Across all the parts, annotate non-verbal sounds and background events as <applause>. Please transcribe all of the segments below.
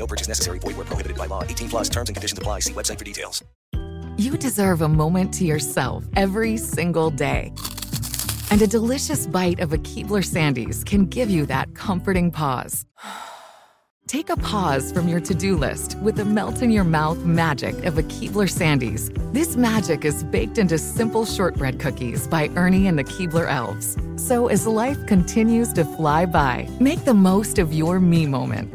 No purchase necessary. Void where prohibited by law. 18 plus terms and conditions apply. See website for details. You deserve a moment to yourself every single day. And a delicious bite of a Keebler Sandys can give you that comforting pause. <sighs> Take a pause from your to-do list with the melt-in-your-mouth magic of a Keebler Sandys. This magic is baked into simple shortbread cookies by Ernie and the Keebler Elves. So as life continues to fly by, make the most of your me moment.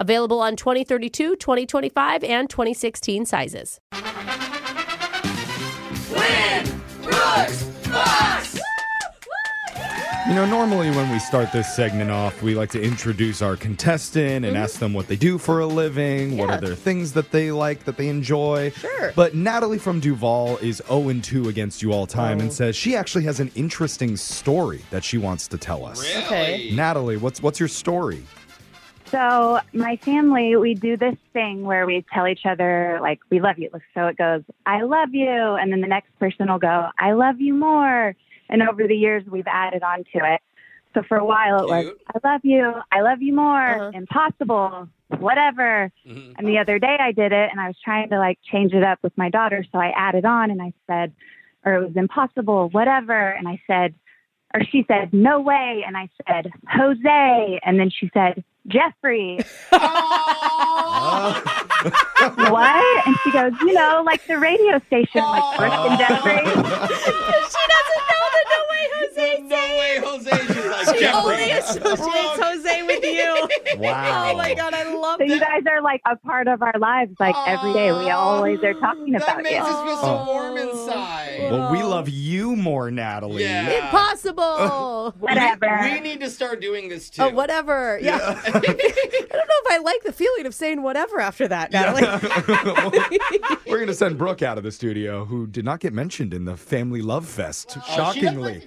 Available on 2032, 2025, and 2016 sizes. You know, normally when we start this segment off, we like to introduce our contestant and ask them what they do for a living, what are their things that they like, that they enjoy. Sure. But Natalie from Duval is 0 and 2 against you all time and says she actually has an interesting story that she wants to tell us. Okay. Natalie, what's what's your story? So my family, we do this thing where we tell each other like we love you. So it goes, I love you, and then the next person will go, I love you more. And over the years, we've added on to it. So for a while, it was, I love you, I love you more, Uh-huh. impossible, whatever. And the other day, I did it, and I was trying to like change it up with my daughter, so I added on, and I said, or it was impossible, whatever, and I said. Or she said, no way. And I said, Jose. And then she said, Jeffrey. <laughs> what? And she goes, you know, like the radio station, like Brooks and Jeffrey. No way, Jose. She's like, Oh, Jeffrey. Brooke. Jose with you. Wow. God, I love So you guys are like a part of our lives, like every day. We always are talking That about makes you. us feel so warm inside. Well, we love you more, Natalie. <laughs> Yeah. Impossible. Whatever. We need to start doing this too. Oh, whatever. Yeah. <laughs> I don't know if I like the feeling of saying whatever after that, Natalie. <laughs> <laughs> We're going to send Brooke out of the studio, who did not get mentioned in the Family Love Fest, shockingly.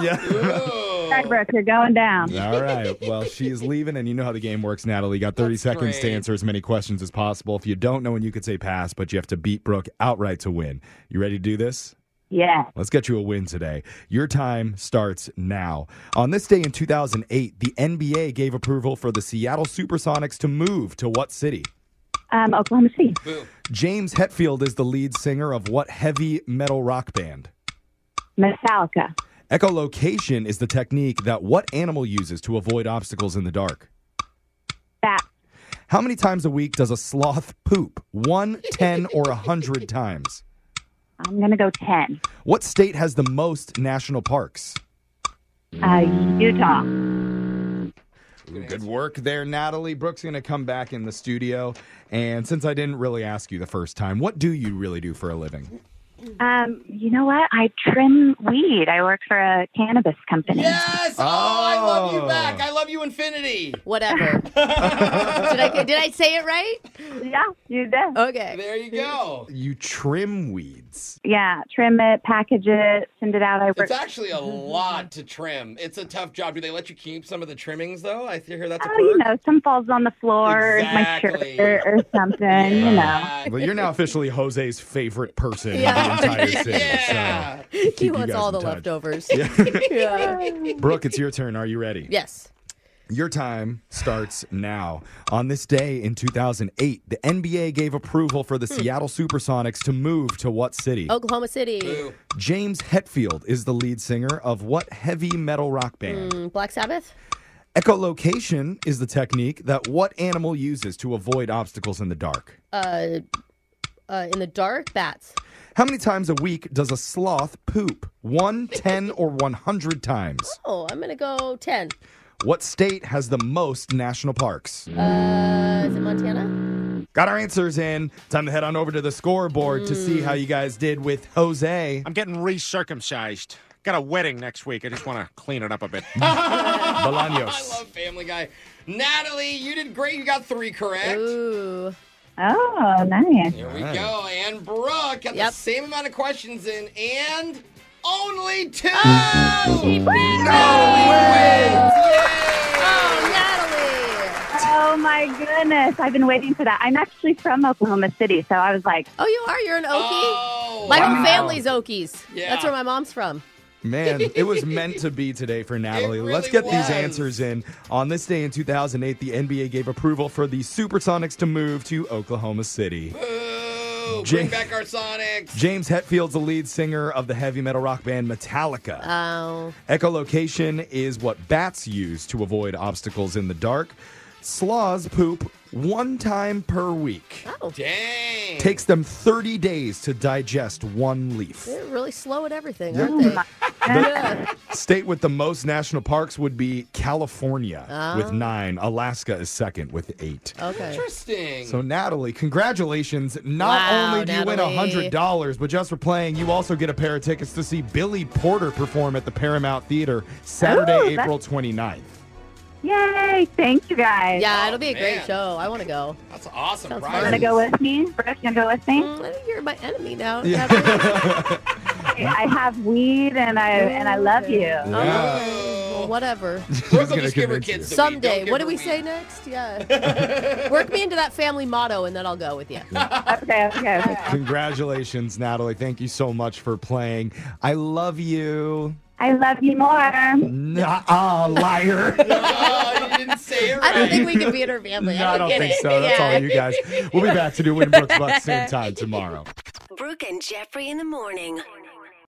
Yeah. Sorry, Brooke, you're going down. All right. Well, she is leaving, and you know how the game works, Natalie. You got 30 seconds to great. answer as many questions as possible. If you don't know, and you could say pass, but you have to beat Brooke outright to win. You ready to do this? Yeah. Let's get you a win today. Your time starts now. On this day in 2008, the NBA gave approval for the Seattle Supersonics to move to what city? Um, Oklahoma City. James Hetfield is the lead singer of what heavy metal rock band? Metallica. Echolocation is the technique that what animal uses to avoid obstacles in the dark? Bat. How many times a week does a sloth poop? One, ten, or a 100 times? I'm going to go 10. What state has the most national parks? Uh, Utah. Good work there, Natalie. Brooke's going to come back in the studio. And since I didn't really ask you the first time, what do you really do for a living? Um, you know what? I trim weed. I work for a cannabis company. Yes. Oh, I love you Oh. back. I love you, Infinity. whatever. did, I, did I say it right? Yeah, you did. Okay. There you go. You trim weeds. Yeah, trim it, package it, send it out. I work. It's actually a lot to trim. It's a tough job. Do they let you keep some of the trimmings though? I hear that's a Oh, perk. you know, some falls on the floor, my Exactly. shirt or something, you know. Yeah. Well, you're now officially Jose's favorite person. the entire <laughs> city. Yeah. So keep He you wants guys all in the touch. leftovers. <laughs> Yeah. Brooke, it's your turn. Are you ready? Yes. Your time starts now. On this day in 2008, the NBA gave approval for the Seattle Supersonics to move to what city? Oklahoma City. Boo. James Hetfield is the lead singer of what heavy metal rock band? Mm, Black Sabbath. Echolocation is the technique that what animal uses to avoid obstacles in the dark? Uh, uh, in the dark, bats. How many times a week does a sloth poop? One, ten, or 100 times? Oh, I'm gonna go ten. What state has the most national parks? Uh, is it Montana? Got our answers in. Time to head on over to the scoreboard to see how you guys did with Jose. I'm getting recircumcised. Got a wedding next week. I just want to clean it up a bit. <laughs> I Bolaños. love Family Guy. Natalie, you did great. You got three correct. Ooh. Oh, nice. Here we go. And Brooke got the Yep. same amount of questions in and only two. She No Oh, Natalie. Oh my goodness. I've been waiting for that. I'm actually from Oklahoma City, so I was like, Oh, you are. You're an Okie. Oh, My wow. whole family's Okies. Yeah. That's where my mom's from. Man, it was meant to be today for Natalie. It Let's really get these was. answers in. On this day in 2008, the NBA gave approval for the Supersonics to move to Oklahoma City. Boo. Jane- Bring back our Sonics. James Hetfield's the lead singer of the heavy metal rock band Metallica. Oh. Echolocation is what bats use to avoid obstacles in the dark. Sloths poop one time per week. Dang. Takes them 30 days to digest one leaf. They're really slow at everything, aren't they? State with the most national parks would be California Uh-huh. with nine. Alaska is second with eight. Okay. Interesting. So, Natalie, congratulations. Not Wow, only do you Natalie. win $100, but just for playing, you also get a pair of tickets to see Billy Porter perform at the Paramount Theater Saturday, Ooh, that's- April 29th. yay, thank you guys. Yeah, it'll be a great man. show. I want to go. That's awesome. Sounds You want prizes. to go with me? Brooke, you want to go with me? Mm, I think you're my enemy now. Yeah. <laughs> Natalie. Mm-hmm. I have weed and I and I love you. Yeah. Well, whatever. Brooke will gonna just give her convince kids the weed. Don't Someday. give What her do we weed. <laughs> say next? Yeah. <laughs> Work me into that family motto, and then I'll go with you. Okay, okay. okay. Congratulations, Natalie. Thank you so much for playing. I love you. I love you more. Nuh-uh, liar. <laughs> Oh, you didn't say it I right. don't think we can beat her family. No, I don't get think it. <laughs> so. That's Yeah. all you guys. We'll be back to do Win Brooks Bucks same time tomorrow. Brooke and Jeffrey in the morning.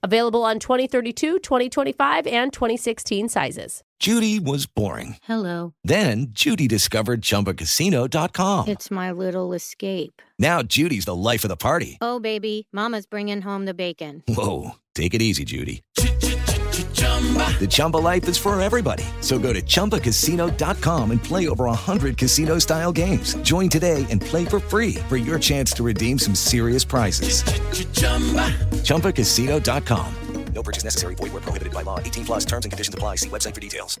Available on 2032, 2025, and 2016 sizes. Judy was boring. Hello. Then Judy discovered ChumbaCasino.com. It's my little escape. Now Judy's the life of the party. Oh, baby. Mama's bringing home the bacon. Whoa, take it easy, Judy. The Chumba life is for everybody. So go to ChumbaCasino.com and play over 100 casino style games. Join today and play for free for your chance to redeem some serious prizes. ChumbaCasino.com. No purchase necessary. Void where prohibited by law. 18 plus terms and conditions apply. See website for details.